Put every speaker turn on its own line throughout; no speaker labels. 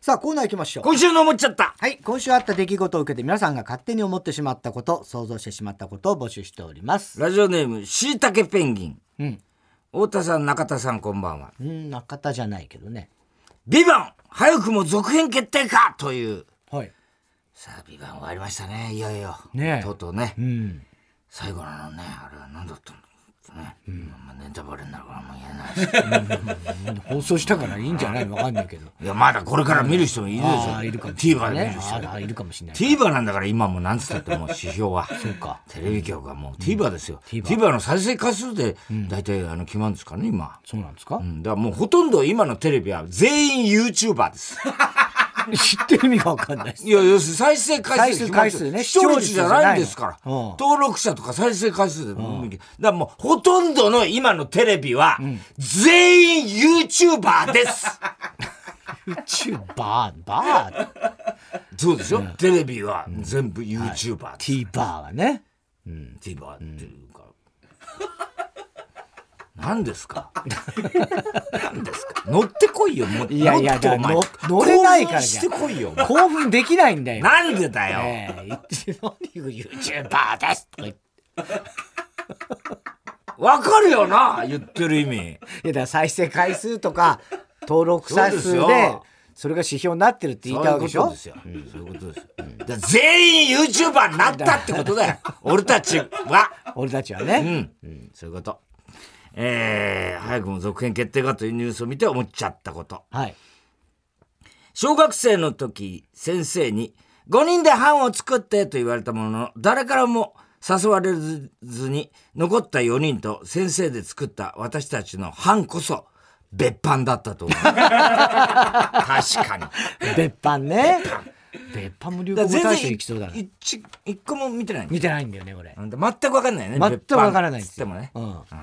さあ、コーナー行きましょう。
今週の思っちゃった
はい、今週あった出来事を受けて皆さんが勝手に思ってしまったこと、想像してしまったことを募集しております。
ラジオネーム、しいたけペンギン。
うん。
太田さん、中田さん、こんばんは。
うん、中田じゃないけどね。
ビバン早くも続編決定かという。
はい。
さあ、ビバン終わりましたね。いよいよ。
ねえ
とうとうね
う。ん。
最後のあのね、あれは何だったんだろうね。まあネタバレになるからもう言えない し。
放送したからいいんじ ゃないわかんないけど。
いや、まだこれから見る人もいるでし
あ
ょ。
あ、いるかもしれな
TVer
い、
で見
ね
る。人
あ。あ、いるかもしれない。
TVer なんだから今もう何つったってもう指標は。
そうか。
テレビ局はもう TVer ですよ。TVer の再生回数で大体あの決まるんですからね、今。
そうなんですか、
うん、だからもうほとんど今のテレビは全員 YouTuber です。
知ってる意味がわかんないです。
いや、要するに再生回数で決まっ
再生回
てる
数ね
視聴率じゃないんですから。
視聴率じゃないのうん
登録者とか再生回数で。だからもうほとんどの今のテレビは、全員 YouTuber です。
チューバー、バー、
そうですよ。テレビは全部 YouTuber です。
T バーはね。
TVer っていうか。何ですか何ですか乗ってこいよ、もう
いやいや
もっとお前
だから乗乗れないから
興奮
じ
し
ゃん
てこ いよ、お前
興奮できないんだよ。
なんでだよ。
ええ、一応何ユーチューバーですとか言って。
わかるよな言ってる意味。
いやだから再生回数とか登録者数
そうです
で
よ
それが指標になってるって言いたいわけでしょ
そういうことですよ。そういうことですよ。だから全員 YouTuber になったってこと だよ。俺たちは。
俺たちは
う
ね、
ん。そういうこと。えー、早くも続編決定かというニュースを見て思っちゃったこと。
はい
小学生の時、先生に、5人で班を作ってと言われたものの、誰からも誘われずに、残った4人と先生で作った私たちの班こそ、別班だったと思う。 確かに。
別版ね別版も流行
だ
語
から
大賞
全
にきそうだな
然一一個も見てないんだ
見てないんだよねこれ
全く分かんないよね
全くわからない
別版っ
で
つっ
す
て
よ
もね
うん、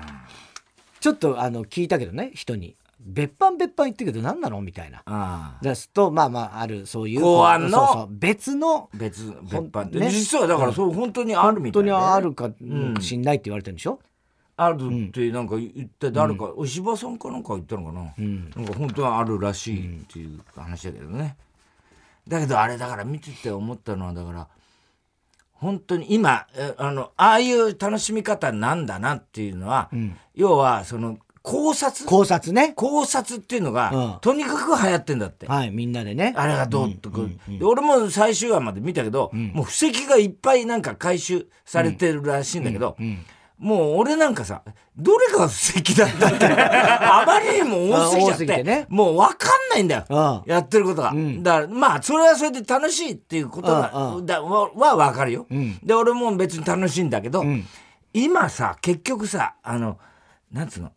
ちょっとあの聞いたけどね人に別版別版言ってるけど何なのみたいな
ああ
出すとまあまああるそういう
公安の
そうそう別の
別別版って、
ね
実はだからそう本当にあるみ
本
た
当
い
に
な、
あるかもしんないって言われてるんでしょ、
あるってなんか言って誰か、お芝さんかなんか言ったのかな、なんか本当はあるらしいっていう話だけどね、だけどあれだから見てて思ったのはだから本当に今えあのああいう楽しみ方なんだなっていうのは、要はその考察
考察ね
考察っていうのが、
うん
とにかく流行ってんだって。
はいみんなでね
あれがどうとか、で俺も最終話まで見たけど、もう布石がいっぱいなんか回収されてるらしいんだけど、もう俺なんかさどれが布石だったって あまりにも多すぎち
あ多
ゃっ
す
て
ぎてね
もう分かんないんだよ、
ああ
やってることが、だからまあそれはそれで楽しいっていうことだ
ああ
だはは分かるよ、で俺も別に楽しいんだけど、今さ結局さあのなんつうの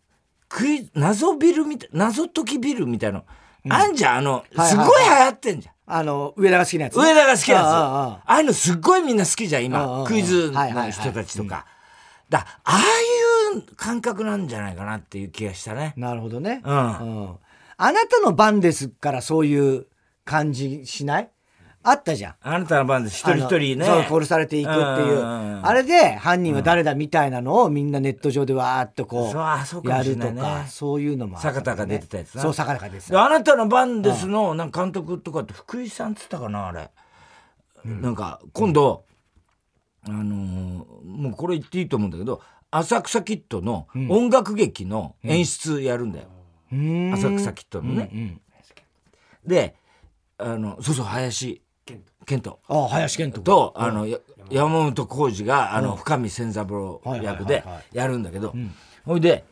クイズ謎ビルみたい謎解きビルみたいの、あんじゃんあの、
はい
すごい流行ってんじゃん
あの上田が好きなやつね、
上田が好きなんですよ。
あああ
ああいうのすっごいみんな好きじゃん、
あああ
今。
あ
クイズの人たちとか。だ、ああいう感覚なんじゃないかなっていう気がしたね。
なるほどね。
うん
うんあなたの番ですからそういう感じしないあったじゃん。
あなたの番で一人一人ね。
あのそう殺されていくっていう
うん
あれで犯人は誰だみたいなのをみんなネット上でわーっとこ
そうあそう
う
かも
や
しれ
る
ない
と
ね
かそういうのもあった
坂田が出てたやつな
そう坂田が出て
で
た
あなたの番ですの、なんか監督とかって福井さんっつったかな、あれ。なんか、今度、あのーもうこれ言っていいと思うんだけど、浅草キッドの音楽劇の演出やるんだよ。
うーん
浅草キッドのね。
うん
であのそうそう林健人
あ林健人
とあのや山本浩二があの深見千三郎
はいはいはい
役で
はい
やるんだけどほいで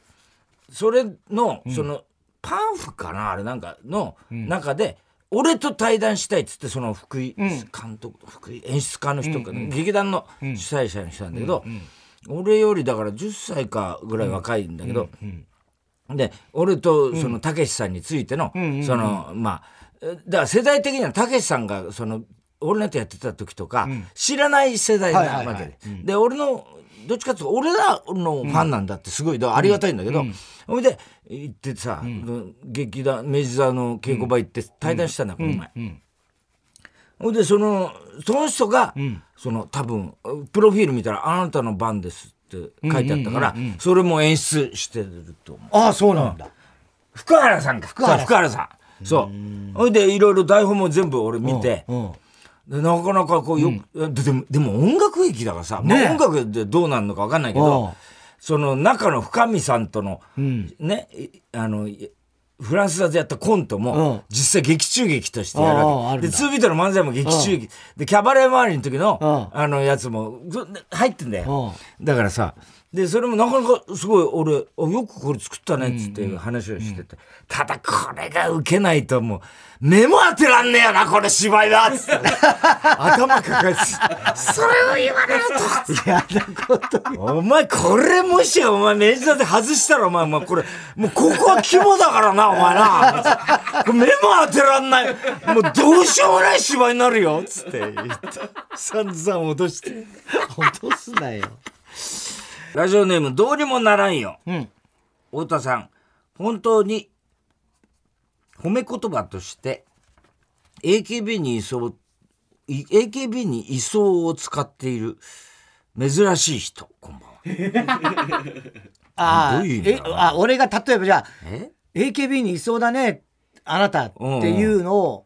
それのそのパンフかなあれなんかの中で俺と対談したいっつってその福井監督福井演出家の人かな劇団の主催者の人なんだけど俺よりだから10歳かぐらい若いんだけどで俺とそのたけしさんについての、そのまあえだから世代的にはたけしさんがその俺なんてやってた時とか、知らない世代なわけで、
はいはいはい
で俺のどっちかっていうと俺らのファンなんだってすごいだからありがたいんだけど、ほいで行ってさ、劇団明治座の稽古場行って対談したんだ、この前。ほんでそのその人が、その多分プロフィール見たら「あなたの番です」って書いてあったから、それも演出してると思う
ああそうなんだ
福原さんか福
原さん
福原さんそうほいでいろいろ台本も全部俺見 て、
うん
でなかなかこうよく、ででもでも音楽劇だからさ、まあ
ねえ
音楽でどうなるのか分かんないけ
うん
どその中の深見さんとの、
ん
ねいあのいフランス座でやったコントも、
うん
実際劇中劇としてやる
あ
わ
ああ
け
る
で
んだ
ツービートの漫才も劇中劇、でキャバレー周りの時の、
う
あのやつもず入ってんだよ、
う
だからさでそれもなかなかすごい俺あよくこれ作ったねっつって話をしてて、ただこれがウケないともう目も当てらんねえよなこれ芝居だっつ って頭抱えてそれを言われると
やだこと
お前、これもしお前、明治座で外したら、お前、お前、これ、もうここは肝だからな、お前な。これ目も当てらんない。もうどうしようもない芝居になるよ、つって言って。散々脅して。
落とすなよ
ラジオネーム、どうにもならんよ。
うん
太田さん、本当に、褒め言葉として、AKB にいそう、い AKB に位相を使っている、珍しい人、こんばんは。
ああ
どういう意味
え
だろう
あ俺が例えばじゃあ
え
AKB にいそうだねあなたっていうのを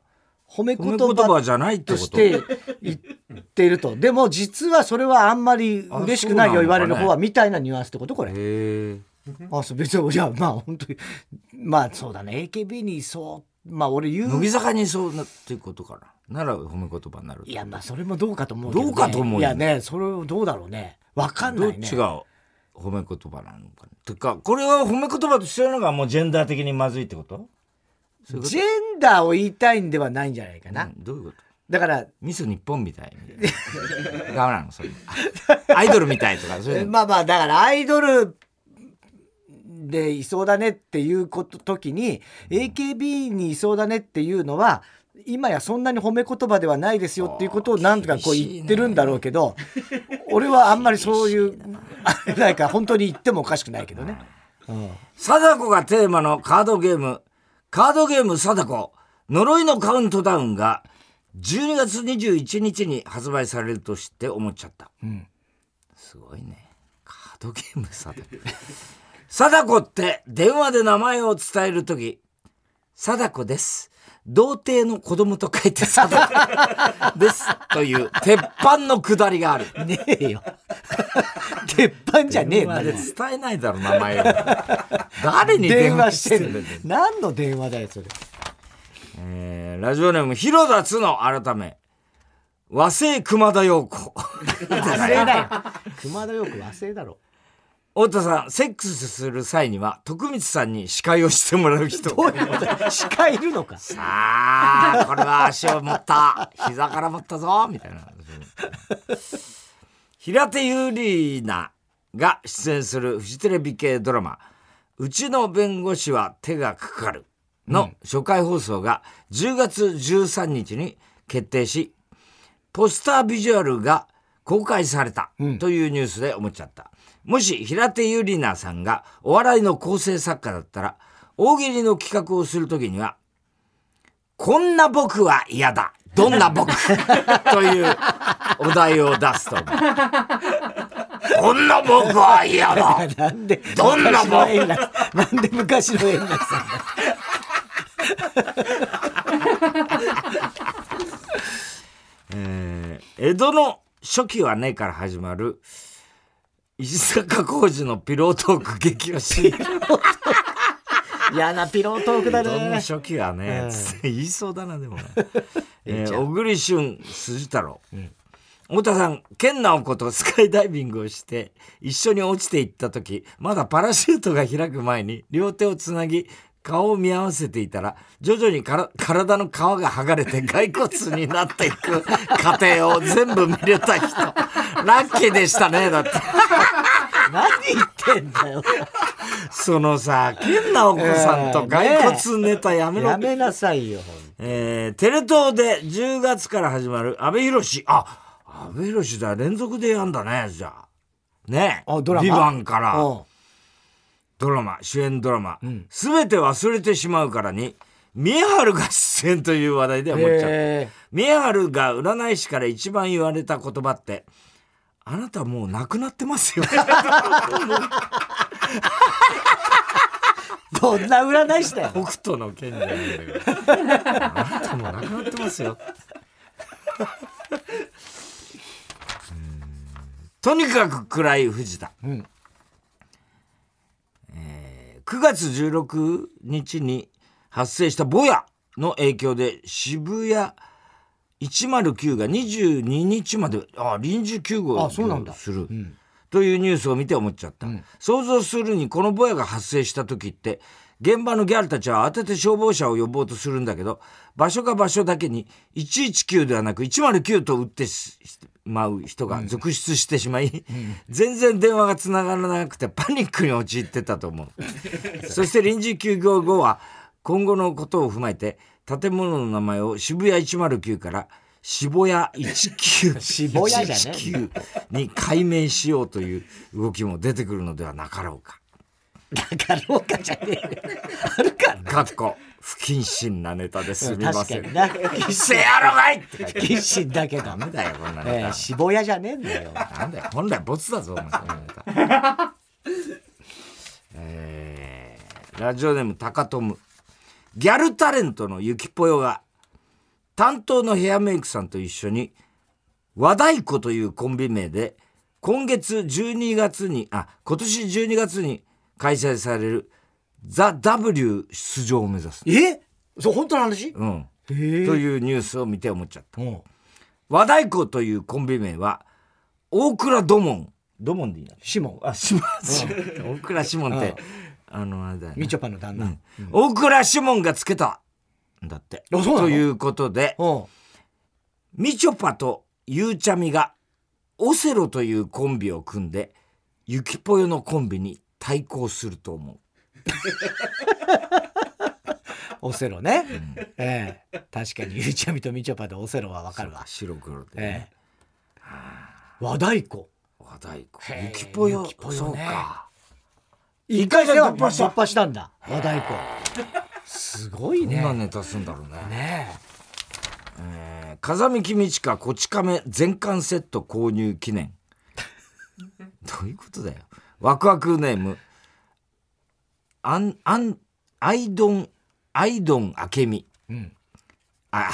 褒め
褒
言
め言葉
葉
じゃないって
と
こ
し
と
て言っているとでも実はそれはあんまり嬉しくないよ
あそう
言わ
な
れ
のかね
る方はみたいなニュアンスってことこれ
へえ。
あそう別にじゃあまあ本当にまあそうだね AKB にいそうまあ俺言
乃
う
木坂にそうなっていうことかな。なら褒め言葉になる。
いやまあそれもどうかと思うけど、ね、
どうかと思うよ
いやねそれをどうだろうねわかん
ど
な
っ
いね
ちが褒め言葉なのかね。てか、これは褒め言葉としてるのがもうジェンダー的にまずいってことそういうこと
ジェンダーを言いたいんではないんじゃないかな、
うんどういうこと
だから
ミス日本みたいみたいな。ダメなのそれ。アイドルみたいとか、そういうの。
まあまあだからアイドルでいそうだねっていうこと時に AKB にいそうだねっていうのは今やそんなに褒め言葉ではないですよっていうことをなんとかこう
厳しいね
言ってるんだろうけど俺はあんまりそういう なんか本当に言ってもおかしくないけ どね。うん
貞子がテーマのカードゲーム、カードゲーム貞子、呪いのカウントダウンが12月21日に発売されると知って思っちゃった。
ん
すごいね。カードゲーム貞 子。貞子って電話で名前を伝えるとき、貞子です。童貞の子供と書いて貞子です。という鉄板のくだりがある。
ねえよ。 鉄板じゃねえんだ
ま
よ
で伝えないだろ、名前 を。誰に
電
電話
話し
してて
る
るんだよ。
何の電話だよそれ。
えーラジオネーム、広田つの改め、和製熊田陽子。
忘れだよ。熊田よく忘れだろ。
太田さん、セックスする際には、徳光さんに司会をしてもらう人。
どういうことだよ鹿いるのか。
ああ、これは足を持った。膝から持ったぞ、みたいな。平手友梨奈が出演するフジテレビ系ドラマ、うちの弁護士は手がかかるの初回放送が10月13日に決定し、ポスタービジュアルが公開されたというニュースで思っちゃった。もし平手友梨奈さんがお笑いの構成作家だったら、大喜利の企画をするときには、こんな僕は嫌だ。どんな僕というお題を出すと思う。こんな僕は嫌だ。
なんで
どんなもん
昔の円楽なんで昔の円楽さんだ
えー江戸の初期はねから始まる石坂浩二のピロートーク激推し。
嫌なピロートークだ
どんな
ね
初期はね、つって 言いそうだな、でもね。えー小栗旬、辻太郎。太田さん、健直子とスカイダイビングをして、一緒に落ちていった時、まだパラシュートが開く前に、両手をつなぎ、顔を見合わせていたら、徐々にから体の皮が剥がれて骸骨になっていく過程を全部見れた人。ラッキーでしたね、だって。
何言ってんだよ
そのさ、健直子さんと骸骨ネタやめろ
や
って
めなさいよ
えーテレ東で10月から始まる阿部寛あ阿部寛だ連続でやんだねじゃあね
あドラマ
ビバンから
うん
ドラマ主演ドラマ「す、べ、て忘れてしまうから」に宮春が出演という話題で思っちゃった
へ
宮春が占い師から一番言われた言葉って「あなたもう亡くなってますよ」
ーそんな占い師だよ。
北斗の剣じゃないんだから。あなたもうなくなってますよ。
とにかく暗い藤田、
ん
えー9月16日に発生したボヤの影響で渋谷109が22日まであ臨時休
あ
校
そうなんだ
する、というニュースを見て思っちゃった、想像するにこのボヤが発生した時って現場のギャルたちは当てて消防車を呼ぼうとするんだけど場所が場所だけに119ではなく109と打ってしまう人が続出してしまい、全然電話がつながらなくてパニックに陥ってたと思う そして臨時休業後は今後のことを踏まえて建物の名前を渋谷109から渋谷 19
渋谷じゃね
19に改名しようという動きも出てくるのではなか ろうか。
だからろうかじゃねえよ。あるか
かっこ不謹慎なネタですみま
確か
せん。
にな。
一世やろがいって書いて
謹慎だけど
ダ。メだよこんなネ
え
タ。
ー、渋谷じゃねえんだよ。
なんだよ本来ボツだぞお前こんなネタ。えーラジオネームタカトムギャルタレントのゆきぽよが担当のヘアメイクさんと一緒に和太鼓というコンビ名で今月12月にあ今年12月に開催されるザ・ W 出場を目指す、
えそう、本当の話
うん、
へえ。
というニュースを見て思っちゃった
うん
和太鼓というコンビ名は大倉土門土門でいいな
シモン、あ、
シモン、大倉シモンって、あの、あれだよね
みちょぱの旦那。うん。
大倉シモンがつけたんだって。
あそうなの
ということで、みちょぱとゆうちゃみが、オセロというコンビを組んで、ゆきぽよのコンビに対抗すると思う。
オセロね。ええ確かに、ゆうちゃみとみちょぱでオセロはわかるわ。
白黒で、
え
ね。
え和太鼓。
和太鼓。
へえ
ゆきぽよ
ゆきぽ、よね
そうか。
一回戦は
突破した
突破したんだ。和太鼓。すごい
どんな
ね。
ネタすんだろうね。
ね
えー風見公親こち亀全巻セット購入 記念どういうことだよワクワクネームアンアンアイドンアイドンあけみ
うん
あ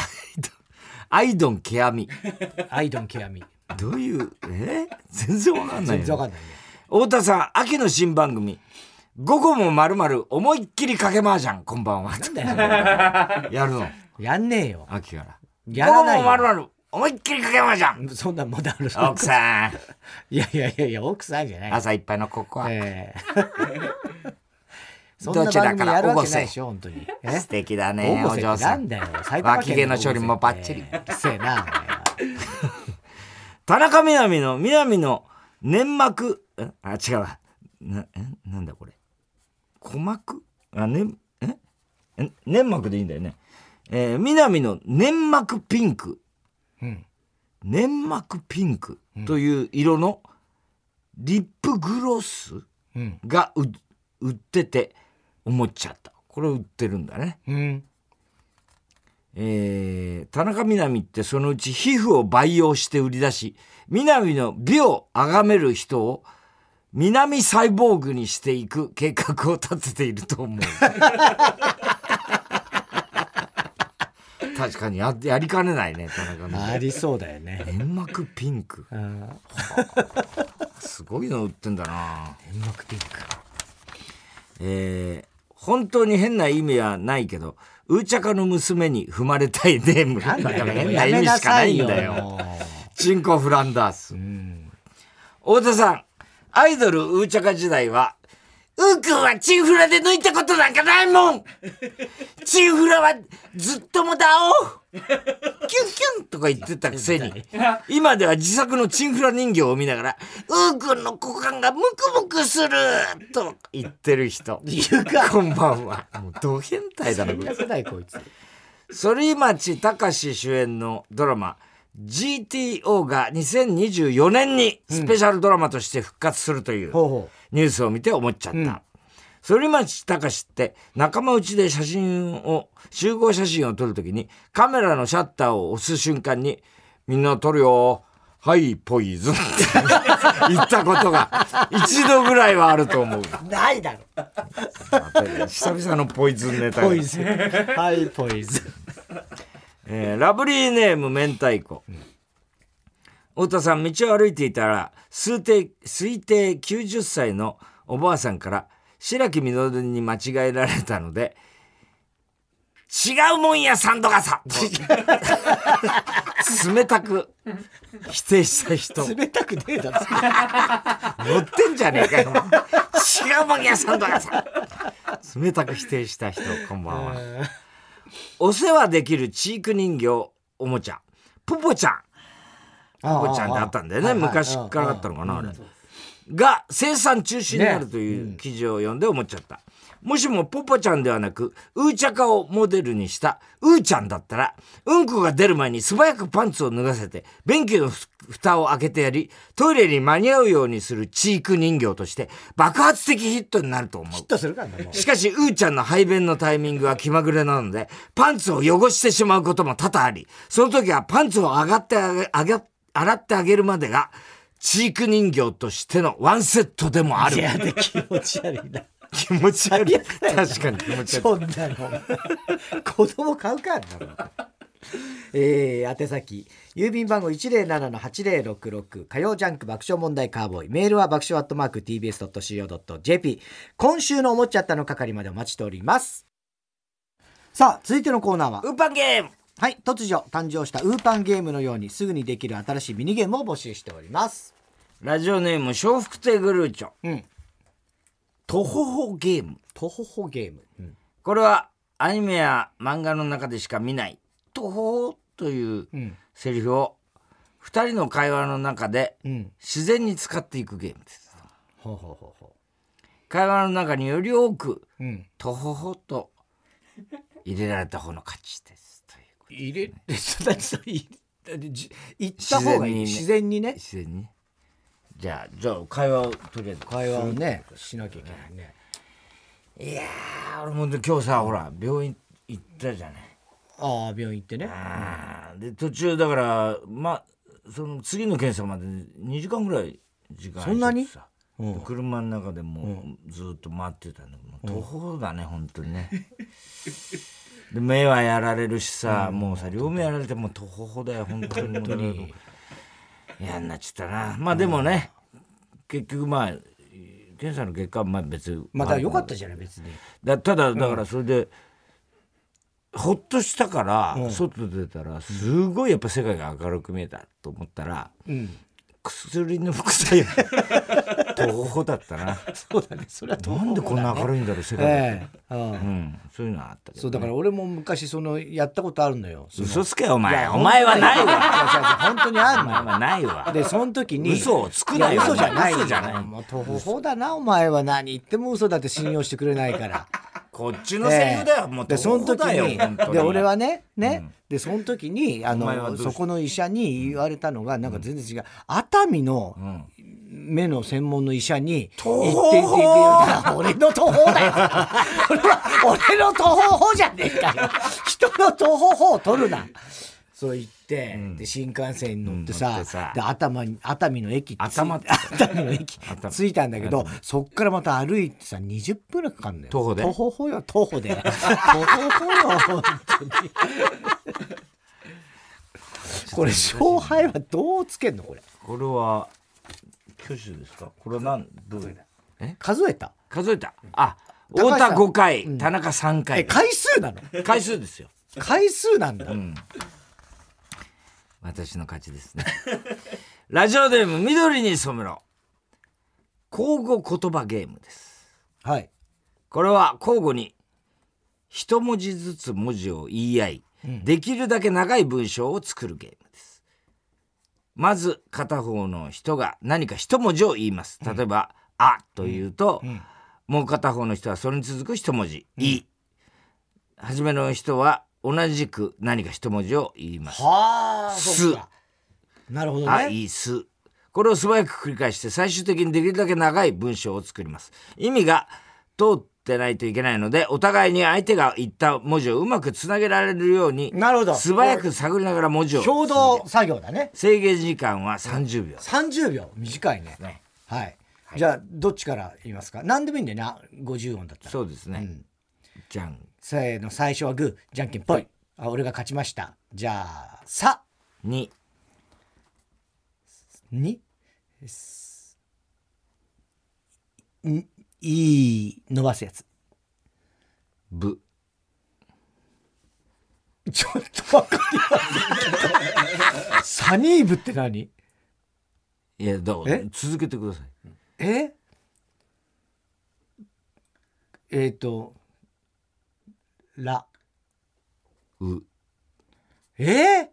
アイドンけあみ
え。アイドン極み。
どういうえ全然わかんな
全
い
然
よ
わかん ないね。
太田さん秋の新番組午後もまるまる思いっきりかけまーじゃんこんば んは
なんだよ。
やるの
やんねえよ。
秋から
やらない
午後もまる
よ。
まる思いっきりかけまーじゃ ん
そんなもんだろ。
奥さん
いやいやいやいや、奥さんじゃない。
朝いっぱいのここは
ええ そんな番組やるわけないでしょ、本当に。え
素敵だね
大
お
瀬
嬢
って
さ
なん
ん
だよ。埼玉
脇毛
県
の処理もバッチリ
ええうるせえな、お前は
田中みな実のみなみの粘膜んあ違うわなえなんだこれ鼓膜あねえん粘膜でいいんだよねえーみなみの粘膜ピンク、
うん
粘膜ピンクという色のリップグロス
うん。
がう売ってて思っちゃったこれ売ってるんだね
うん。
えー田中みな実ってそのうち皮膚を培養して売り出し、みなみの美を崇める人を南サイボーグにしていく計画を立てていると思う。確かにややりかねないね、田中みな
あ
実。
りそうだよ ね。
粘膜ピンク。
うん。
すごいの売ってんだな。
粘膜ピンク。
えー本当に変な意味はないけど、うーちゃかの娘に踏まれたいネーム。
なんだよ、
変な意味しかないんだ
やめなさい
よ。
も
チンコフランダース。太田さん、アイドルウーチャカ時代は、うーくんはチンフラで抜いたことなんかないもんチンフラはずっともだおキュンキュンとか言ってたくせに、今では自作のチンフラ人形を見ながら、うーくんの股間がムクムクすると言ってる人。
言うか。
こんばんは。もうド変態だな、これ
言。わない、こいつ。
反町隆史主演のドラマ GTO が2024年にスペシャルドラマとして復活するという
ほうほ
ニュースを見て思っちゃった。反町隆史って仲間内で写真を、集合写真を撮るときにカメラのシャッターを押す瞬間にみんな撮るよ、はい、ポ イズンって言ったことが一度ぐらいはあると思う。
ないだろ
久々のポイズンネタが
ポイズンはいポイズン
えーラブリーネーム明太子、太田さん道を歩いていたら推定推定90歳のおばあさんから白木みのるに間違えられたので「違うもんやサンドガサ」と 冷たく否定した人乗っ
冷たくねえだろ
てんじゃねえかよ違うもんやサンドガサ冷たく否定した人こんばんは。お世話できるチーク人形おもちゃポポちゃんポポちゃんってあったんだよね昔からあったのかなあれが生産中止になるという記事を読んで思っちゃった、もしもポポちゃんではなくウーチャカをモデルにしたウーちゃんだったらうんこが出る前に素早くパンツを脱がせて便器のふ蓋を開けてやりトイレに間に合うようにするチーク人形として爆発的ヒットになると思う
ヒットするからなもう
しかし、うーちゃんの排便のタイミングは気まぐれなので、パンツを汚してしまうことも多々あり、その時はパンツを上がってあげ、あげ、洗ってあげるまでが、チーク人形としてのワンセットでもあ
い
る。
やで気持ち悪いな
気持ち悪い。確かに気持ち悪い。
そんなの 子供買うかあんなのえー、宛先郵便番号107-8066火曜ジャンク爆笑問題カーボーイメールは爆笑アットマーク TBS.CO.JP 今週の思っちゃったの係までお待ちしておりますさあ続いてのコーナーは
ウーパンゲーム
はい突如誕生したウーパンゲームのようにすぐにできる新しいミニゲームを募集しております
ラジオネーム、笑福亭グルーチョ。
うん
トホホゲーム。
トホホゲーム、うん
これは、アニメや漫画の中でしか見ない、トホホという
うん
セリフを、二人の会話の中で、
うん、
自然に使っていくゲームです。
ほうほうほうほ
会話の中により多く、
う、うん、
とほほと入れられた方の勝ちです。ということ
入れそんそうい行った方がいい自
自
然にね
で自然にね。じゃあ、じゃあ会話をとりあえず。
会話をねしなきゃいけないね
いやー、俺もで今日さ、ほら、病院行ったじゃない。
ああ病院行ってね
あーで、途中だから、まあ、その次の検査まで2時間ぐらい時間
そんなに
空いててさで車の中でもうずっと待ってたんだけど、もう途方だね、本当にねで目はやられるしさ、もうさ両目やられてもう途方だよ本当にもう嫌になっちゃったなまあでもね、結局まあ検査の結果はまあ別に
また良かったじゃない別に
だただだからそれで、ほっとしたから、外出たらすごいやっぱ世界が明るく見えたと思ったら、
うん
薬の 副作用途方だったな
そうだねそれはど
なんでこんな明るいんだろう世界、
ええうん
うんそういうのはあったけど
そうだから俺も昔そのやったことあるのよその
嘘つけよお前お前はない
違う違う
わ
本当にあ
お
るの
前
よ
はないわ
でその時に
嘘をつくなよ
いや嘘じゃない
嘘じゃない
もう途方だなお前は何言っても嘘だって信用してくれないから
こっちのセリフだよ、
ええ
もう
でその
途方
時
だよ
に
本当に
で俺はねね、でその時にあ
お前はどう
の
した
そこの医者に言われたのがなんか全然違う、熱海の目の専門の医者に行ってって言って言う俺の途 方だよ俺は俺の途方法じゃねえかよ人の途方法を取るなそう言って、で新幹線に乗ってさ,、
うん乗ってさ
で頭に熱海の駅つ
頭って
熱海の駅
頭
着いたんだけどそっからまた歩いてさ20分らいかかるんだよ
徒歩で
徒歩よ徒歩 で徒歩よ本当にこれ勝敗はどうつけんのこれ
これは挙手ですかこれは何どう
数えた
数えたあ
高橋
太
さん
田5回、田中3
え
回
回数なの
回数ですよ
回数なんだ、
私の勝ちですねラジオネーム緑に染めろ交互言葉ゲームです
はい
これは交互に一文字ずつ文字を言い合い、できるだけ長い文章を作るゲームですまず片方の人が何か一文字を言います例えば「あ」というと、もう片方の人はそれに続く一文字「い」初めの人は同じく何か一文字を言います
はあそうかなるほど
あ、
ね
いいす。これを素早く繰り返して最終的にできるだけ長い文章を作ります。意味が通っってないといけないのでお互いに相手が言った文字をうまくつなげられるように
なるほど
素早く探りながら文字を
共同作業だね
制限時間は30秒です
30秒短いね
ね
はい、じゃあどっちから言いますか何でもいいんだよな50音だったら
そうですね、じゃん
せーの最初はグーじゃんけんぽいあ俺が勝ちましたじゃあ「さ
に」
に「すんいい」伸ばすやつ
ぶ
ちょっとわかりませんサニーブって何
いやど
え
う続けてください
ええっ、ー、と「ら
う」
えー、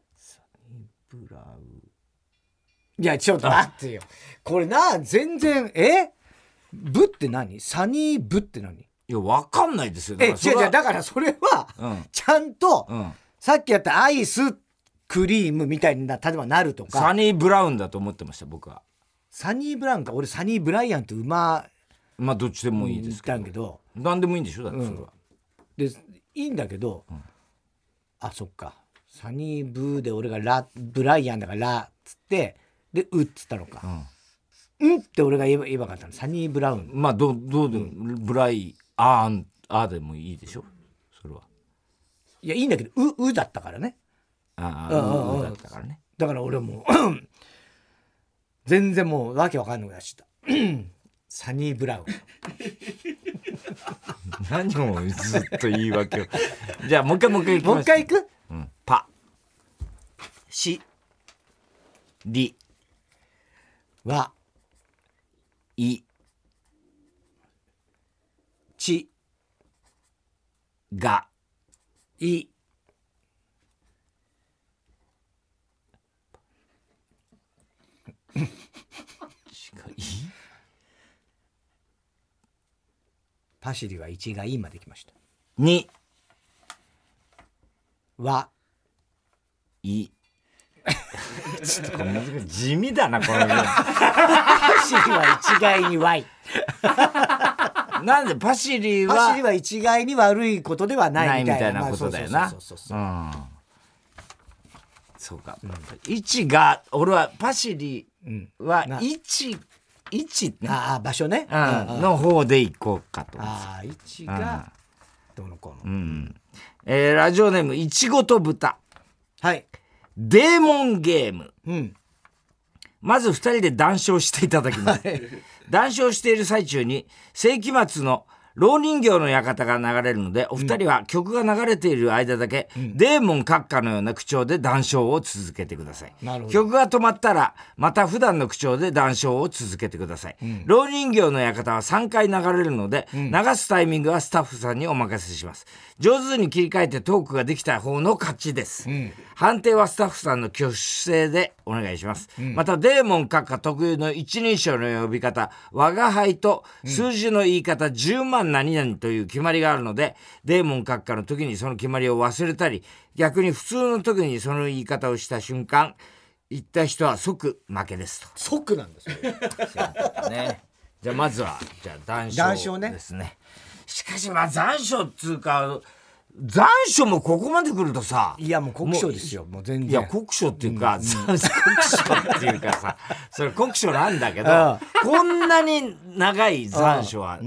いやちょっと待ってよこれな全然えブって何サニーブって何
いやわかんないですよ
え違
そうれは
違うだからそれは、
うん
ちゃんと、
うん
さっきやったアイスクリームみたいな例えばなるとか
サニー・ブラウンだと思ってました僕は
サニー・ブラウンか俺サニー・ブライアンと馬
まあどっちでもいいで
言っ
すけ
た
ど
んけど
何でもいいんでしょだってそれは、
でいいんだけど、あそっかサニー・ブーで俺がラブライアンだからラっつってでうっつったのか、うん、って俺が言えば言えばよかったのサニー・ブラウン
まあどうどうでも、ブライアンアーでもいいでしょそれはい
やいいんだけどううだったからね
あ
うんうんうん
あだったからね
だから俺 もう全然もうわけわかんなくなっちゃった サニー・ブラウン
何をずっと言い訳を じゃあもう一回もう一回いき
もう一
ますね
回いく
うん、パシリ
は
イ
ち
ガ
いパシリは1がいまできました
ニ
は
イ ちょっとこれ難しい地味だなこの
パシリは一概に Y
文なんでパシリ
パシ
は
リは一概に悪いことでは
な
ない
い
み
み
たい
た
ない
なことだよ
まあ
な
そうそうそうそううん
そうか1が俺はパシリは
な
1一
ああ場所ね、
う
あ
んの方で行こうかと
あ一がどの子の、
うんえーラジオネームいちごと豚
はい
デーモンゲーム
うん
まず2人で談笑していただきます。談笑している最中に世紀末の老人形の館が流れるのでお二人は曲が流れている間だけ、デーモン閣下のような口調で談笑を続けてください
なるほど
曲が止まったらまた普段の口調で談笑を続けてください、老人形の館は3回流れるので、流すタイミングはスタッフさんにお任せします上手に切り替えてトークができた方の勝ちです、判定はスタッフさんの挙手制でお願いします、またデーモン閣下特有の一人称の呼び方我が輩と数字の言い方10万何々という決まりがあるので、デーモン閣下の時にその決まりを忘れたり逆に普通の時にその言い方をした瞬間言った人は即負けです
即なんですよ
と。ね。じゃあまずはじゃあ談
談
笑
笑ね
ですね。しかしまあ残暑っつうか残暑もここまで来るとさ。
いやもう国書ですよもう全然
いや国書っていうか、残暑国書っていうかさそれ国書なんだけど、こんなに長い残暑は、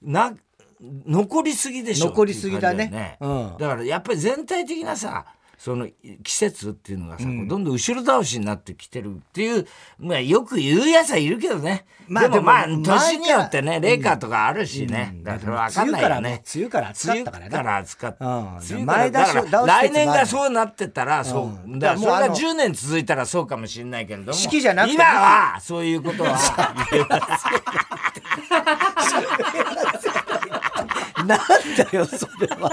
な残りすぎでしょ
残りすぎだね
っていう
う
感じよ
ん
だからやっぱり全体的なさその季節っていうのがさ、こうどんどん後ろ倒しになってきてるっていう、まあ、よく言うやつはいるけどね、
まあ
でも
でも
まあ
前から
年によってね冷夏とかあるしね、だからそれ分かんないよね
梅雨からね梅雨から暑かったからね
梅
うん
雨から暑かった梅雨から
前倒しを
だから
倒す説も
来
ある
年がそうなってたらそう、
うん
だからそれ
だから
が
もうあの
10年続いたらそうかもしれないけれども
式じゃなくてね
今はそういうこと は言えません
なんだよそれは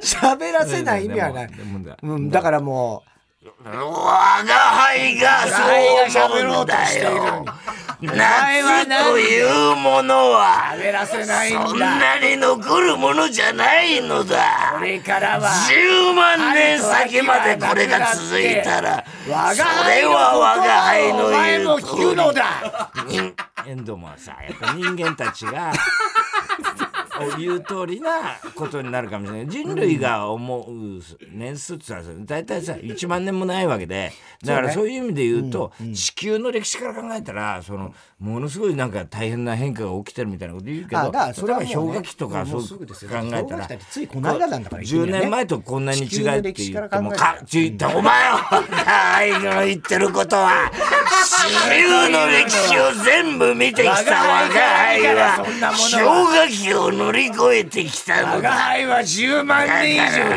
喋らせない意味はな い、
でもでも
うん、だからも
我が輩がそう思うんだよ夏というものは
う喋らせない
そんなに残るものじゃないのだ
これからは
10万年先までこれが続いたらそれは我が輩の言う通り
だ
遠藤もさやっぱ人間たちが言う通りなことになるかもしれない人類が思う年数ってさ大体さ1万年もないわけでだからそういう意味で言うと地球の歴史から考えたらそのものすごいなんか大変な変化が起きてるみたいなこと言うけ
あ
ど
だからそれはもうね
例えば氷河期とか
も
そ
す
うう考
ぐです
え
よ
たら
氷河期だってついこの間なんだから
10年前とこんなに違うって
地球の歴史
言
から考
って
え
も
たら
か言ったお前は愛の言ってることは地球の歴史を全部見てきた我が愛は氷河期を乗り越えてきたのだ
輩は10万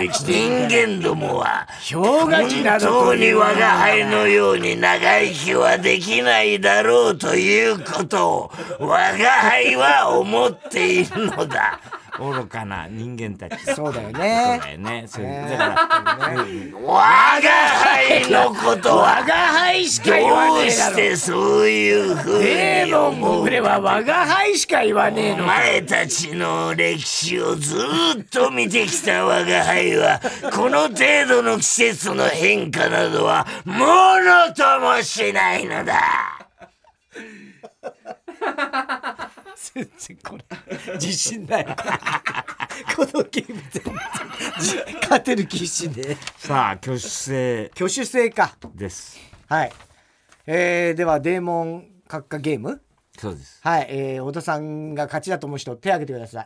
人間どもは
氷河期な
本
ど
当
とい
に
うのは
我が輩のように長生きはできないだろうということを我が輩は思っているのだ愚かな人間たち
そうだよ
そう
ね
だよね。そう
ね
だから、我が輩のことは、
が輩し
どうしてそういうふうに思う
は我が輩しか言わね
お前たちの歴史をずーっと見てきた我が輩は、この程度の季節の変化などは、ものともしないのだ。
全然これ自信ないこのゲーム全然勝てる気しね
さあ、挙手制
挙手制か
です。
はいえー、ではデーモン閣下ゲーム
そうです。
はい、えー、小田さんが勝ちだと思う人手挙げてくださ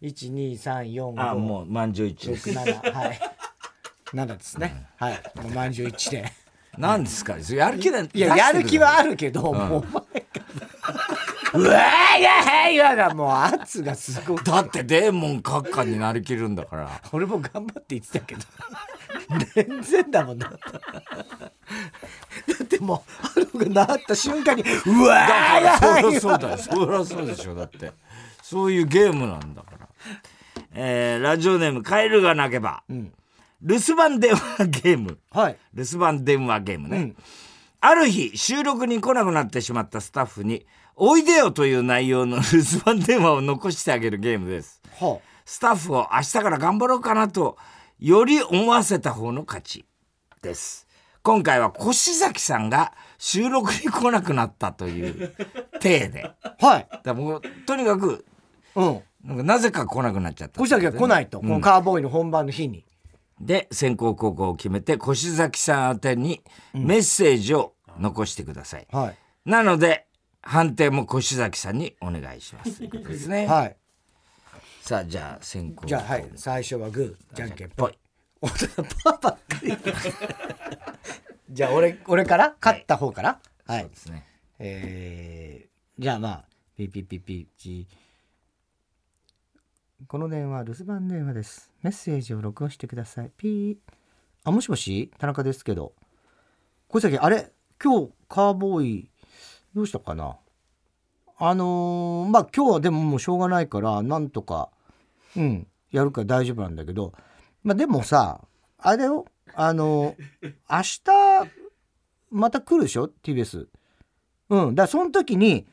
い1 2 3 4 5
う、満場一致
6。7はい7ですね、はいもう満場一致で
何ですかやる気なん
いややる気はあるけど、もうお前がうわーいやはいやだもう圧がすごい
だってデーモン閣下になりきるんだから。
俺も頑張って言ってたけど全然だもんなだってもうハロがなった瞬間にうわーいや
そ
は
り
い
ゃそう
や
だよ。そりゃそうでしょ。だって。そういうゲームなんだから。えーラジオネーム、カエルが鳴けば。留守番電話ゲーム。
はい
留守番電話ゲームね。ある日、収録に来なくなってしまったスタッフに、おいでよという内容の留守番電話を残してあげるゲームです。
は
スタッフを明日から頑張ろうかなとより思わせた方の勝ちです今回は越崎さんが収録に来なくなったという体でだか
あはい
らもうとにかく
うん
なんかなぜか来なくなっちゃった
越崎が来ないと、このカーボーイの本番の日に
で先行高校を決めて越崎さん宛てにメッセージを残してください、
は
なので判定も越崎さんにお願いしますということですね、
いはい
さあじゃあ先行
じゃあはい最初はグーじゃんけんぽ
ぽ
い
い
大人パーばっかりじゃあ俺俺から勝った方からはい、
そうですね
えー、じゃあまあピピピピチこの電話留守番電話ですメッセージを録音してくださいピーあもしもし田中ですけど小崎あれ今日カーボーイどうしたかなあのーまあ今日はでももうしょうがないからなんとかうんやるから大丈夫なんだけどまあでもさあれよあの ー明日また来るでしょ TBS うんだからその時に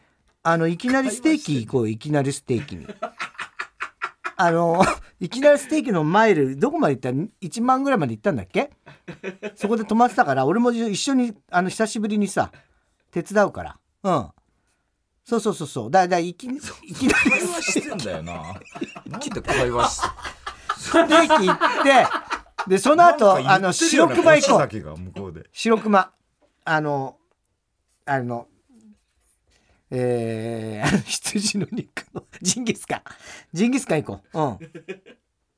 あのいきなりステーキ行こういきなりステーキに あの ーいきなりステーキのマイルどこまで行った1万ぐらいまで行ったんだっけそこで泊まってたから俺も一緒にあの久しぶりにさ手伝うからうんそうそうそうそうだだいきいきなり
会話してんだよな。なんで会話して。
ステーキ行って、で、その後、あの、白熊行こう。
崎が向こうで。
白熊。あの、あの、えー、 羊の肉のジンギスカン。ジンギスカン行こう。うん。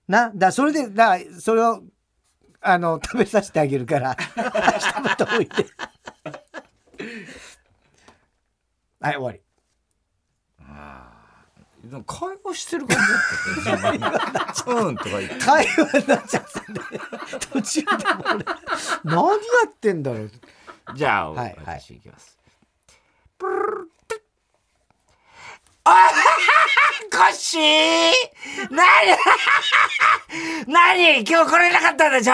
な、だ、それで、だ、それを、あの、食べさせてあげるから、明日また置いて。 はい、終わり。
会話してる感じだった けど。うんとか言って。
会話に なっちゃったんで、途中でも俺、何やってんだろう。
じゃあ、
はい
私いきます。プルルルルおいコッシー なになに今日来れなかったんでしょ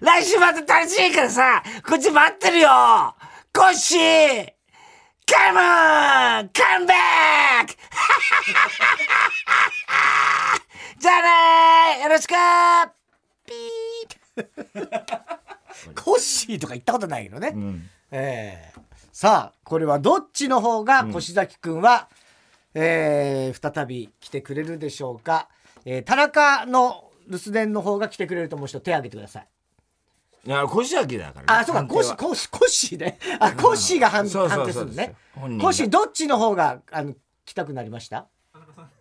来週また楽しいからさ、こっち待ってるよコッシーカモンカムバック じゃあねーよろしく
コッシーとか言ったことないけどね、ええさあこれはどっちの方が越崎君は、えー再び来てくれるでしょうか、えー田中の留守電の方が来てくれると思う人手を挙げてください
いや小石明だからね、
あそうか
判定
コ
は
ッシーコッシーコッシーねあコッシーが判
そうそうそ
判定す
う
るのね
そう本人が
コッシーどっちの方があの来たくなりました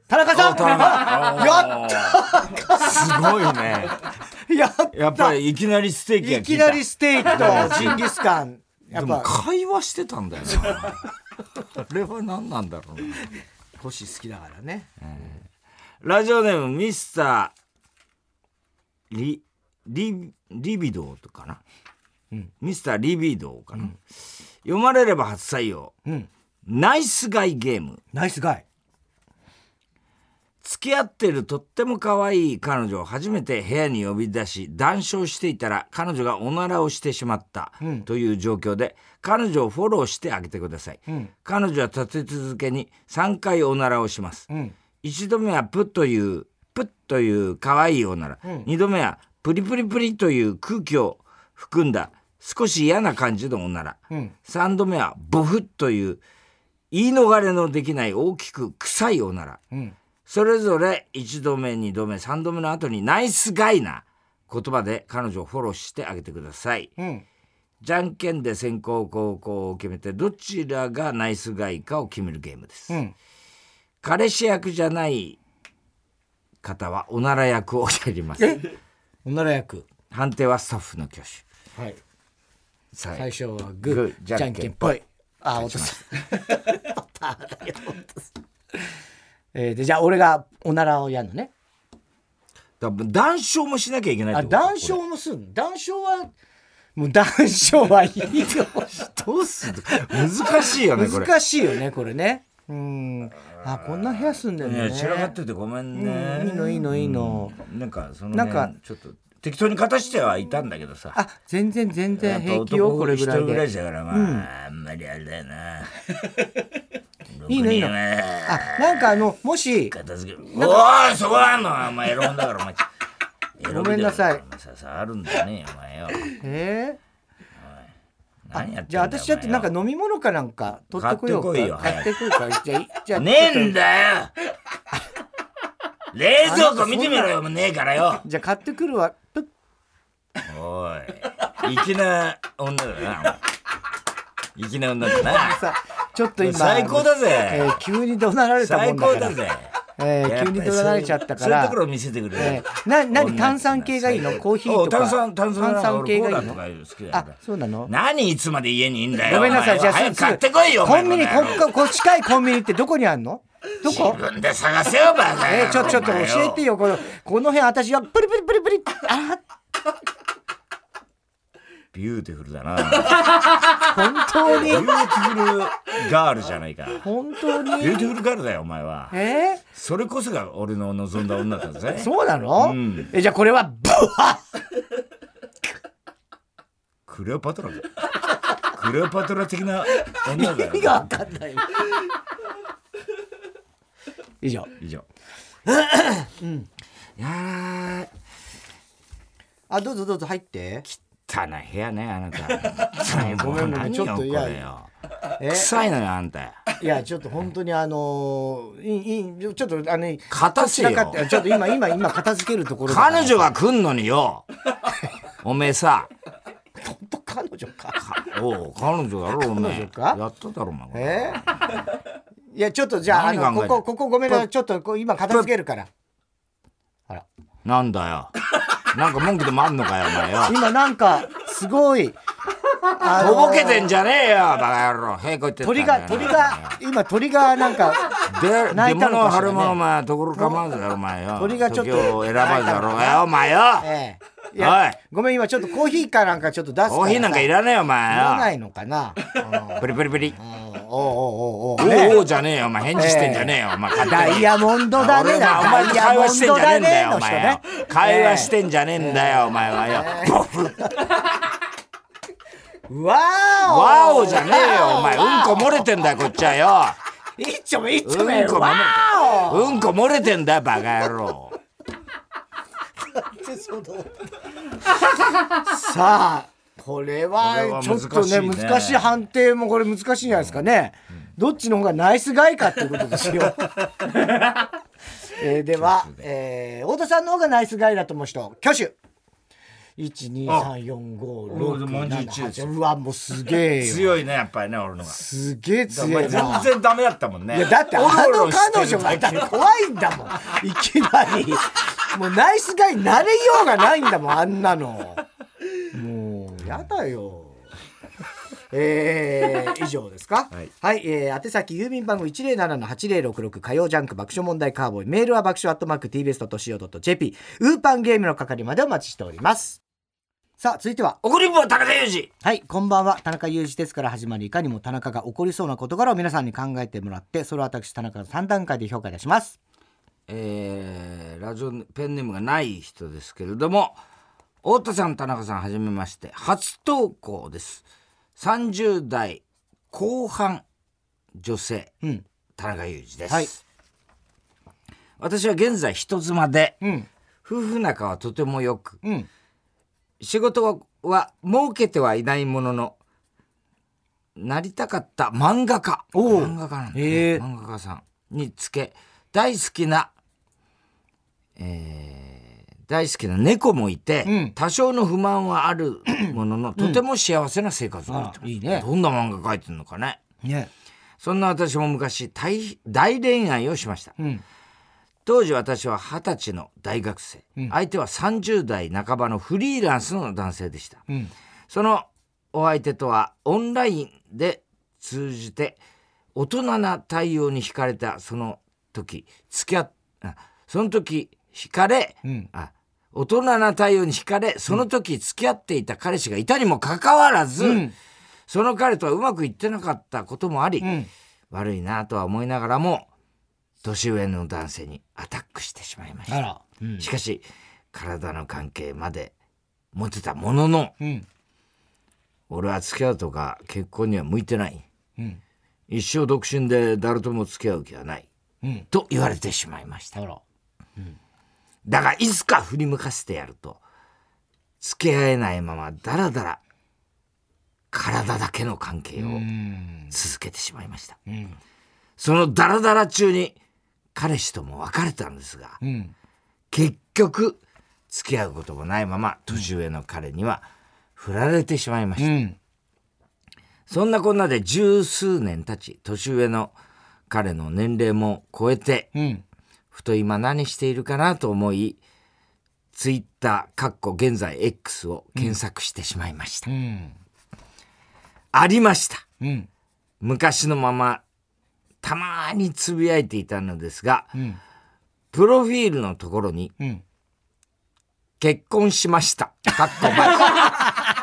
田中さん
田中
やっ
すごいね
た やった
やっぱりいきなりステーキが
い
効い
き
た
なりステーキとジンギスカンやっ
でも
ぱ
会話してたんだよなあれは何なんだろうな
コッシー好きだからね
ラジオネームミスターリリリビドーとかな、ミスターリビドーかな、読まれれば初採用、
ん
ナイスガイゲーム
ナイスガイ
付き合ってるとっても可愛い彼女を初めて部屋に呼び出し談笑していたら彼女がおならをしてしまったという状況で、彼女をフォローしてあげてください、彼女は立て続けに3回おならをします、1度目はプッというプッという可愛いおなら、2度目はプリプリプリという空気を含んだ少し嫌な感じのおなら、3度目はボフッという言い逃れのできない大きく臭いおなら、それぞれ1度目2度目3度目の後にナイスガイな言葉で彼女をフォローしてあげてください、
ん
じゃんけんで先行後攻を決めてどちらがナイスガイかを決めるゲームです、
ん
彼氏役じゃない方はおなら役をやります
おなら役
判定はスタッフの挙手
はい
さあ
最初はグ
グー
ーじゃんけんぽいあ落とす パターだよ落とすえーでじゃあ俺がおならをやるのね
だ談笑もしなきゃいけないっ
あ
てこと
談笑もすんの談笑はもう談笑はいいよ
どうする難しいよねこれ
難しいよねこれねうんあこんな部屋住んでる
い
の
や
ね
散らかっててごめんね、
うんいいのいいのいいの
なんかその
な
なんん
か
かちょっと適当に勝たしてはいたんだけどさ
あ全然全然
や
平
っぱ
気よ
男
これぐらい
一人暮ら
で
しだからまあ、あんまりあれだ よな
いいのいいの
ろくに
あ
まあ
なんかあのもし
片付けおーいそこあんのお前エロ本だからお前エロ ビデオだから
ごめんなさい
お前さ触るんだねお前よ
えーあ
何やってんだよ
じゃあ私ちょっとなんか飲み物かなんか取ってこようか
買ってこいよ
買ってこい かじゃあいじゃあ
ねえんだよ 冷蔵庫見てみろよもうねえからよ
じゃあ買ってくるわプッ
おい粋な女だなお前粋な女だ な
さちょっと今
最高だぜ
えー急に怒鳴られたも
最
んだか
高
ら
だぜ
えー急に怒鳴られちゃったから
そういうところを見せてくれる、
えーな何炭酸系がいいのコーヒーとか
お炭酸炭酸
炭酸系がいい
俺コ
の
ーラとか好きだ
あ
から
そうなの
何いつまで家にいんだよ
ごめんなさい
お
じゃ
前
あす
早
ぐ
く買ってこいよお
コ
前
ンビニ
こ
こ
の野郎
ここ近いコンビニってどこにあんのどこ
自分で探せよバカ
えーちょちょっと教えて
よ
よこのこの辺私はプリプリプリプリあ
ビューティフルだな
本当
ビュー
に
ティフルガールじゃないか
本当
ビュー
に
ティフルガールだよお前は
え
それこそが俺の望んだ女だぜ
ー、そうなの、
うん
えじゃあこれはブワ
クレオパトラだよクレオパトラ的な女だ
ッ意味
よ
が分かんない 以上
以上うんいやー
あどうぞどうぞ入って
汚い部屋ねあなた
ごめんごめん
何
ちょっ
よことれ
い
よ
やえ
臭いのよあんた
いやちょっと本当にあのー、いいいいちょっとあの
片せよ
散らかってちょっと今今今片付けるところだから
彼女が来んの によおめえさ
本当彼女か
おう彼女だろお
彼
め
女
え
か
やっただろお前これ
えいやちょっとじゃああの
何考
こ
えて
こここごめんなさいちょっとこう今片付けるからあら
なん だよなんか文句でもあんのかよお前よ
今なんかすごいあ
とぼけてんじゃねえよバカ野郎へこいってったん
鳥
だよ
が
な
鳥が今鳥がなんか
で、
泣
出
いたの
物
か
を
しらね
張るもお前、ところ構わずだろ、お前よ。
鳥がちょっと
時を選ばずだろ
泣いた
う
のか
がよ、お前よ。
ええいやごめん今ちょっとコーヒーかなんかちょっと出すからさ
コーヒーなんかいらねえよ、お
いらな
前よ。
いのかな
プリプリプリ。
うんうんおうおうおうお
お
うね
うおうじゃねえよ、お前。返事してんじゃねえよ、お前。勝手に
ダイヤモンドだね
俺がお前
ダ
と
イヤ
会
モ
話して
ン
ん
ド
じ
だ
ゃねえんだ
ね
よ、
の
お
人
前よ
ね。
会話してんじゃねえんだよ、お前はよ。ボフ
わーお
ワオじゃねえよ、お前。うんこ漏れてんだよ、こっちは よ。
いっちょめいっ
うん
ち
こ
ょめ
漏
わーお
れうんこ漏れてんだよ、バカ野郎。
さあこれ
これ
は
は
ちょっとね
難しいね
難しい判定もこれ難しいんじゃないですかね、どっちの方がナイスガイかっていうことです よ。えーでは、えー、太田さんの方がナイスガイだと思う人、挙手。一二三四五
俺
六
も
七
41です
八うわもうすげえよ。
強いねやっぱりね俺のが
すげえ
お
強
前
いな
全。然ダメだったもんね
いやだってあの
おろおろして
彼女が
る
だ
だ
っ
け
て 怖いんだもんいきなりもうナイスガイになれようがないんだもんあんなのもうやだよえー、以上ですか
はい、
えー宛先郵便番号107-8066火曜ジャンク爆笑問題カーボーイメールは爆笑アットマーク TBS.CO.JP ウーパンゲームの係までお待ちしておりますさあ続いては
送りんぼ田中裕
はい、こんばんは。田中裕二ですから始まり、いかにも田中が起こりそうな事柄を皆さんに考えてもらって、それを私、田中の3段階で評価いたします。
えーラジオペンネームがない人ですけれども太田さん田中さんはじめまして初投稿です30代後半女性、
うん
田中裕二です、
はい
私は現在人妻で、
うん、
夫婦仲はとてもよく
うん、
仕事はは儲けてはいないもののなりたかった漫画家
おう
漫画家なんだ、
へえ
漫画家さんにつけ大好きな、えー大好きな猫もいて、
うん
多少の不満はあるものの、とても幸せな生活を送ってます
あいいね
どんな漫画描いてるのかね
ね、
そんな私も昔大大恋愛をしました
うん、
当時私は二十歳の大学生、相手は30代半ばのフリーランスの男性でした、
ん
そのお相手とはオンラインで通じて大人な対応に惹かれたその時付き合っあその時惹かれ、
ん
あ大人な対応に惹かれその時付き合っていた彼氏がいたにもかかわらず、その彼とはうまくいってなかったこともあり、
ん
悪いなとは思いながらも年上の男性にアタックしてしまいました、
ら、うん、
しかし体の関係まで持てたものの
うん、
俺は付き合うとか結婚には向いてない
うん、
一生独身で誰とも付き合う気はない
うん、
と言われてしまいました
あら、
だがいつか振り向かせてやると付き合えないままだらだら体だけの関係を
うん、
続けてしまいました
うん、
そのダラダラ中に彼氏とも別れたんですが
うん、
結局付き合うこともないまま年上の彼には振られてしまいました、
うん、
そんなこんなで十数年経ち年上の彼の年齢も超えて
うん、
ふと今何しているかなと思いツイッターかっこ現在 X を検索してしまいました、
うん、
ありました
うん、
昔のままたまーにつぶやいていたのですが
うん、
プロフィールのところに
うん、
結婚しました。かっこ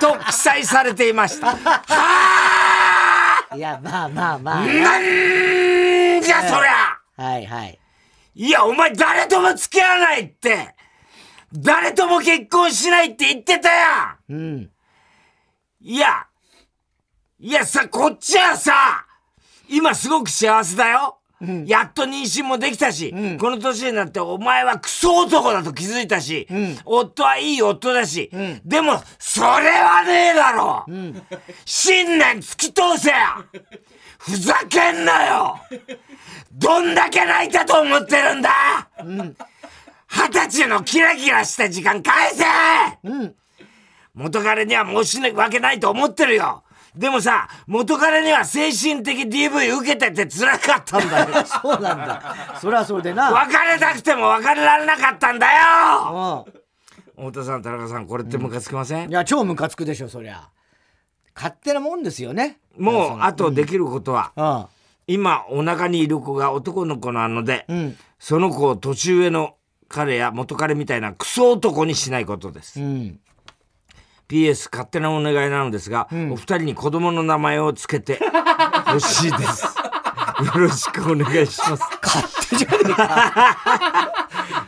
前と記載されていました。
いや、まあまあまあ、
なんじゃそりゃ
はいはい。
いや、お前誰とも付き合わないって誰とも結婚しないって言ってたや
うん、
んいや、いやさ、こっちはさ、今すごく幸せだよ、やっと妊娠もできたし、この年になってお前はクソ男だと気づいたし、夫はいい夫だし、でも、それはねえだろ、信念突き通せやふざけんなよどんだけ泣いたと思ってるんだ二十、歳のキラキラした時間返せ、元彼には申し訳ないと思ってるよでもさ、元彼には精神的 DV 受けてて辛かったんだ よ。
そうなんだ。それはそれでな。
別れたくても別れられなかったんだよ
う
太田さん、田中さん、これってムカつきません
ん、いや、超ムカつくでしょ、そりゃ。勝手なもんですよね。
もう、あとできることは、
うん、
今お腹にいる子が男の子なので、
ん
その子を年上の彼や元彼みたいなクソ男にしないことです、
うん、
PS 勝手なお願いなのですが、お二人に子供の名前をつ けてほしいですよろしくお願いします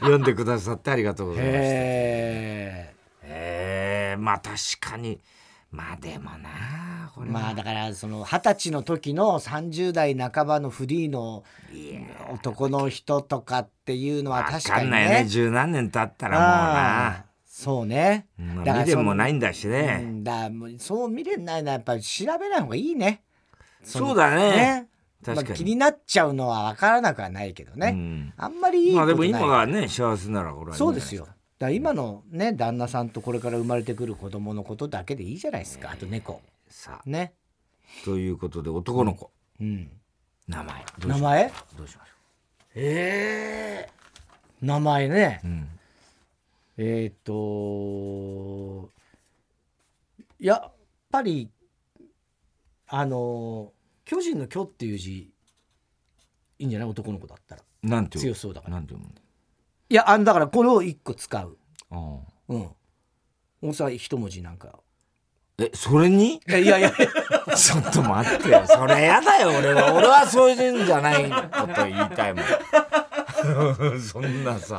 読んでくださってありがとうございます
えー。
えー、まあ確かにまあでもなこれは
まあだからその二十歳の時の30代半ばのフリーの
いや
男の人とかっていうのは
わ
確
か
かに
んないね
ね。
十何年経ったらもう
ああ
な
そうね。
まあ、未練もないんだし
う
ね、
んだからもうそう見れないのはやっぱり調べない方がいいね。
そうだね
ね。まあ
確かに
気になっちゃうのは分からなくはないけどね、
うん
あんまりいい
ま
こと
あで
な
も
い、
今がね幸せなら俺はいいんじゃない
そうですよだから今のね旦那さんとこれから生まれてくる子供のことだけでいいじゃないですかあと猫
さあ
ね
ということで男の子、
うん
名前どうし
名前
どうしましょ
ええ名前ね
う、うん、
えっ、とやっぱりあの巨人の巨っていう字いいんじゃない男の子だったら
なんて
強
読
そうだか
む
ら
なんて読む
いやあんだからこれを一個使う
のあ
うん大さ一文字なんか
あえそれに
いやいやいや
ちょっと待ってよそれやだよ俺は俺はそういうんじゃないこと言いたいもん そんなさ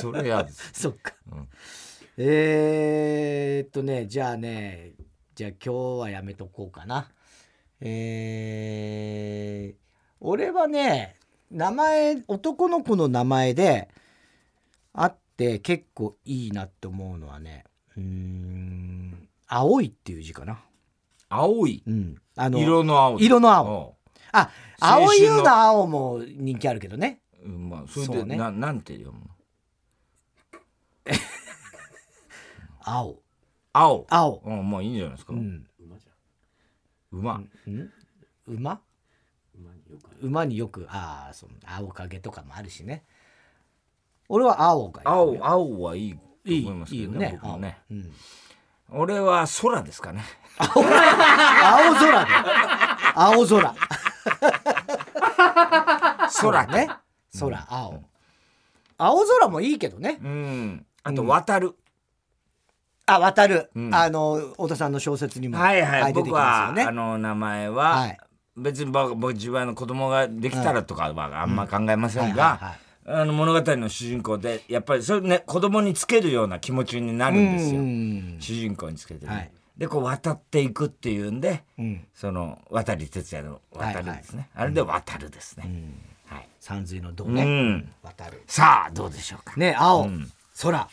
それやです
そっか、
うん
えー、っとねじゃあねじゃあ今日はやめとこうかなえー、俺はね名前男の子の名前であって結構いいなって思うのはねうーん「青い」っていう字かな、
青い
うん、あの
色の青
色の青
青
あ
青
青いよう
春の
な青も人気あるけどね
うんまあそれ
そ
で
うね
ななんて読むの
青
青
青
うんまあいいんじゃないですか
うん
馬
ん馬馬によくああその青影とかもあるしね俺は青がいい
青青はいいと
いい
思います
いい
け
よ
ど
ね
ね僕もね
青,、うん、
俺は空ですかね
青空 で青空
空
ね
ね
空、青青空もいいけどね
うんあと渡る
あ渡る、
うん
あの太田さんの小説にも、
はいはい
出てき
僕
ま
は
すよね
あの名前
は
はい別に僕僕自分はあの子供ができたらとかはあんま考えませ
う
ん
んはい
があの物語の主人公でやっぱりそれね子供につけるような気持ちになるんですよ
うん
主人公につけてね
はい
でこう渡っていくっていうんで
うん
その渡哲也の渡るですね、あれで渡るですね、はい
山水の道
うん
ね、渡る
さあどうでしょうか、
ね青、
うん
空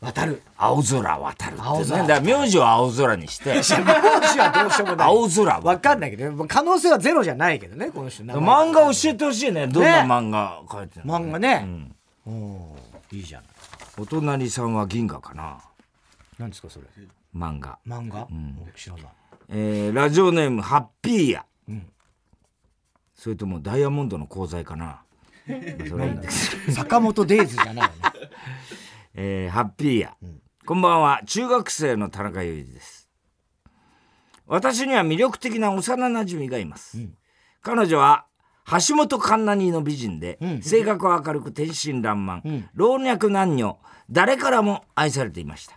渡る
青空渡るって、ね、
青空
だから名字を青空 にして
いや名字はどうしようもない
青空
わかんないけどね可能性はゼロじゃないけどねこの人名前
漫画教えてほしいねどんな漫画書いてるの、
漫画ね、おーいいじゃん
お隣さんは銀河かな
何ですかそれ
漫画、
漫画、うん、知らない
えーラジオネームハッピーや、それともダイヤモンドの鉱材 かなそれはいいんです
坂本デイズじゃないよね
えーハッピーや、こんばんは中学生の田中裕二です私には魅力的な幼なじみがいます、彼女は橋本環奈にの美人で、性格は明るく天真爛漫、老若男女誰からも愛されていました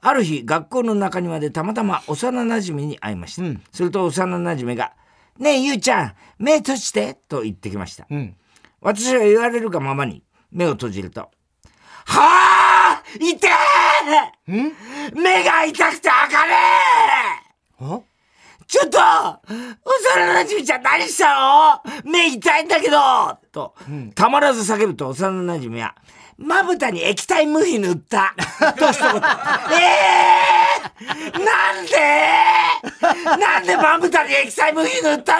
ある日学校の中庭でたまたま幼なじみに会いました、すると幼なじみが「ねえゆうちゃん目閉じて」と言ってきました、
うん
私は言われるがままに目を閉じると「はあ痛え目が痛くて開かね
あ
えちょっと幼なじみちゃん何したの目痛いんだけど!」と、たまらず叫ぶと幼なじみは「まぶたに液体無比塗った」と一言「えー、なんでなんでまぶたに液体無比塗った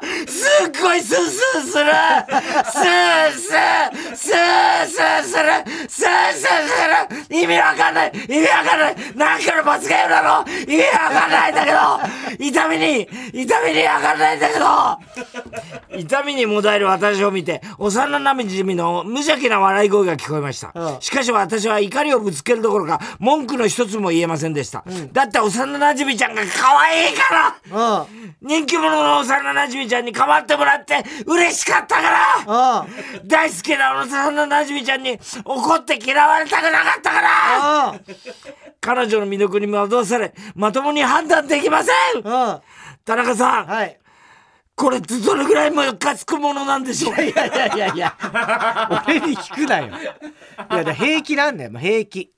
のすっごいスースーするスースースースーするスースーする意味わかんない意味わかんない何かの罰ゲームなの意味わかんないんだけど痛みに痛みにわかんないんだけど痛みにもだえる私を見て幼なじみの無邪気な笑い声が聞こえました、
うん
しかし私は怒りをぶつけるどころか文句の一つも言えませんでした、だって幼なじみちゃんが可愛いから
あ
人気者の幼なじみちゃんに構ってもらって嬉しかったから
あ
大好きな幼なじみちゃんに怒って嫌われたくなかったから
あ
彼女の魅力に惑わされまともに判断できません
あ
田中さん、
はい
これってどれぐらいムカつくものなんでしょう
いやいやいやいや俺に聞くなよいやだ平気なんだよもう平気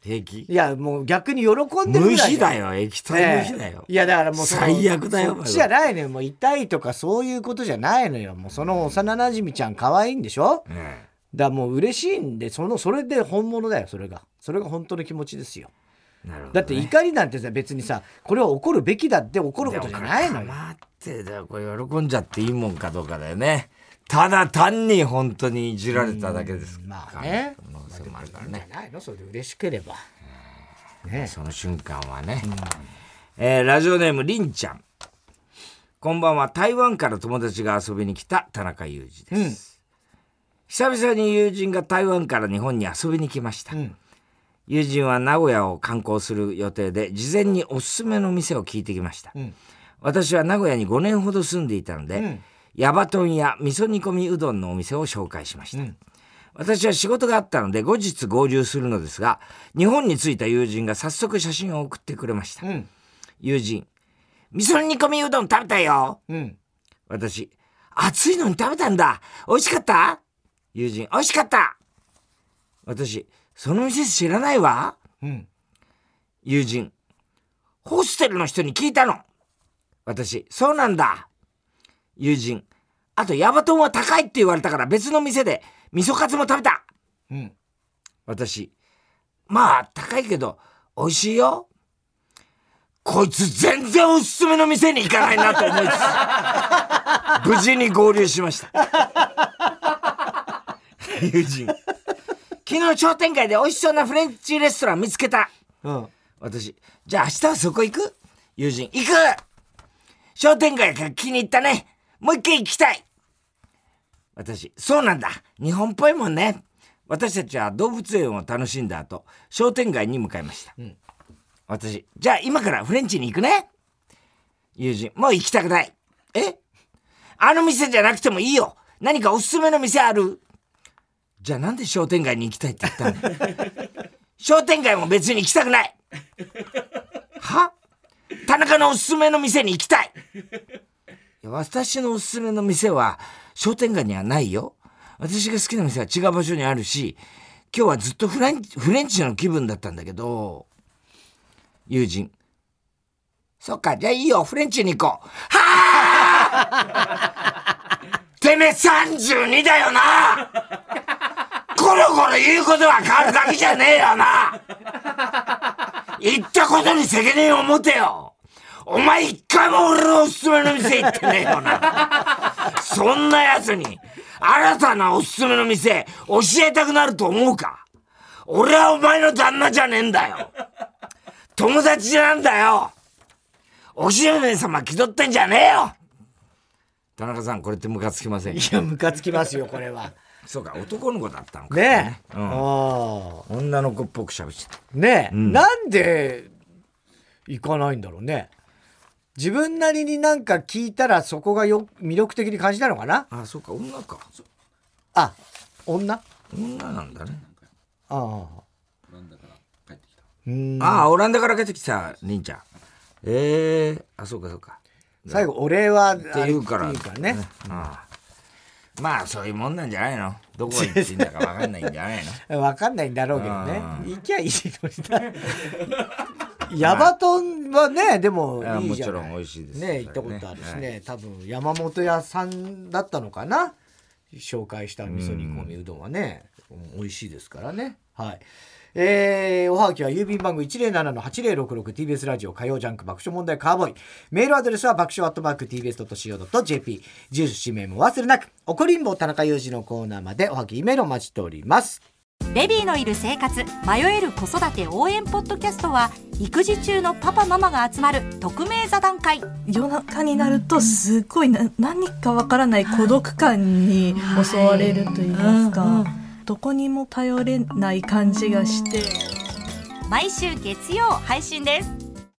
平気
いやもう逆に喜んでる
無
ぐらい
比だよ液体無比だよ、
いやだからもうその
最悪だよ
そっちじゃないのよもう痛いとかそういうことじゃないのよもうその幼なじみちゃん可愛いんでしょ
え
だからもう嬉しいんでそのそれで本物だよそれがそれが本当の気持ちですよ
えなるほど
だって怒りなんてさ別にさこれは怒るべきだって怒ることじゃないのよ
黙ってだよこれ喜んじゃっていいもんかどうかだよねただ単に本当にいじられただけですから
まあね
可能性もあるから
じ
ね
ゃないのそれで嬉しければね
その瞬間はね、えーラジオネームりんちゃんこんばんは台湾から友達が遊びに来た田中裕二です、久々に友人が台湾から日本に遊びに来ました、
ん
友人は名古屋を観光する予定で事前におすすめの店を聞いてきました、
ん
私は名古屋に5年ほど住んでいたので、ヤバトンや味噌煮込みうどんのお店を紹介しました、私は仕事があったので後日合流するのですが日本に着いた友人が早速写真を送ってくれました、
ん
友人「味噌煮込みうどん食べたよ」
うん
私「暑いのに食べたんだ美味しかった?」友人「美味しかった!」私「その店知らないわ」
うん
友人「ホステルの人に聞いたの」私「そうなんだ」友人「あとヤバトンは高いって言われたから別の店で味噌カツも食べた」
うん
私まあ高いけど美味しいよこいつ全然おすすめの店に行かないなと思 いつつ無事に合流しました 友人昨日商店街で美味しそうなフレンチレストラン見つけた
うん
私じゃあ明日はそこ行く友人行く商店街が気に入ったねもう一軒行きたい私そうなんだ日本っぽいもんね私たちは動物園を楽しんだ後商店街に向かいました、私じゃあ今からフレンチに行くね友人もう行きたくないえあの店じゃなくてもいいよ何かおすすめの店あるじゃあなんで商店街に行きたいって言ったの商店街も別に行きたくないは田中のおすすめの店に行きたいいや私のおすすめの店は商店街にはないよ私が好きな店は違う場所にあるし今日はずっとフランフレンチの気分だったんだけど友人そっかじゃあいいよフレンチに行こうはあてめえ32だよなゴロゴロ言うことは変わるだけじゃねえよな言ったことに責任を持てよお前一回も俺のおすすめの店行ってねえよなそんな奴に新たなおすすめの店教えたくなると思うか俺はお前の旦那じゃねえんだよ友達なんだよお姫様気取ってんじゃねえよ田中さんこれってムカつきません
いやムカつきますよこれは
そうか男の子だったのか
ねえ
うん
あ
女の子っぽく喋ってた
ーねえ
ん
なんで行かないんだろうね自分なりになんか聞いたらそこがよ魅力的に感じたのかな
あそうか女か
あ女あ
女なんだね
あうん
ああ、オランダから帰ってきた、りんちゃん。ええあ、そうかそうか。
最後お礼はあれ
って言うから。
いいからね。
ああまあ、そういうもんなんじゃないのどこ行っていいんだかわかんないんじゃないの
わかんないんだろうけどね
う
行きゃいいの になヤバトンはねでも
ああ
いい
も
じ
ち
ゃ
ろ
なんい
美味しいですよ。
ね行ったことあるしね、多分山本屋さんだったのかな紹介した味噌煮込みうどんはね、美味しいですからねはいえー、おはがきは郵便番号 107-8066TBS ラジオ火曜ジャンク爆笑問題カーボーイメールアドレスは爆笑アットマーク TBS.CO.JP 住所氏名も忘れなく怒りんぼ田中裕二のコーナーまでおはぎメールお待ちしております
ベビーのいる生活迷える子育て応援ポッドキャストは育児中のパパママが集まる匿名座談会
夜中になるとすっごいな何かわからない孤独感に襲われると言いますか、どこにも頼れない感じがして。
毎週月曜配信です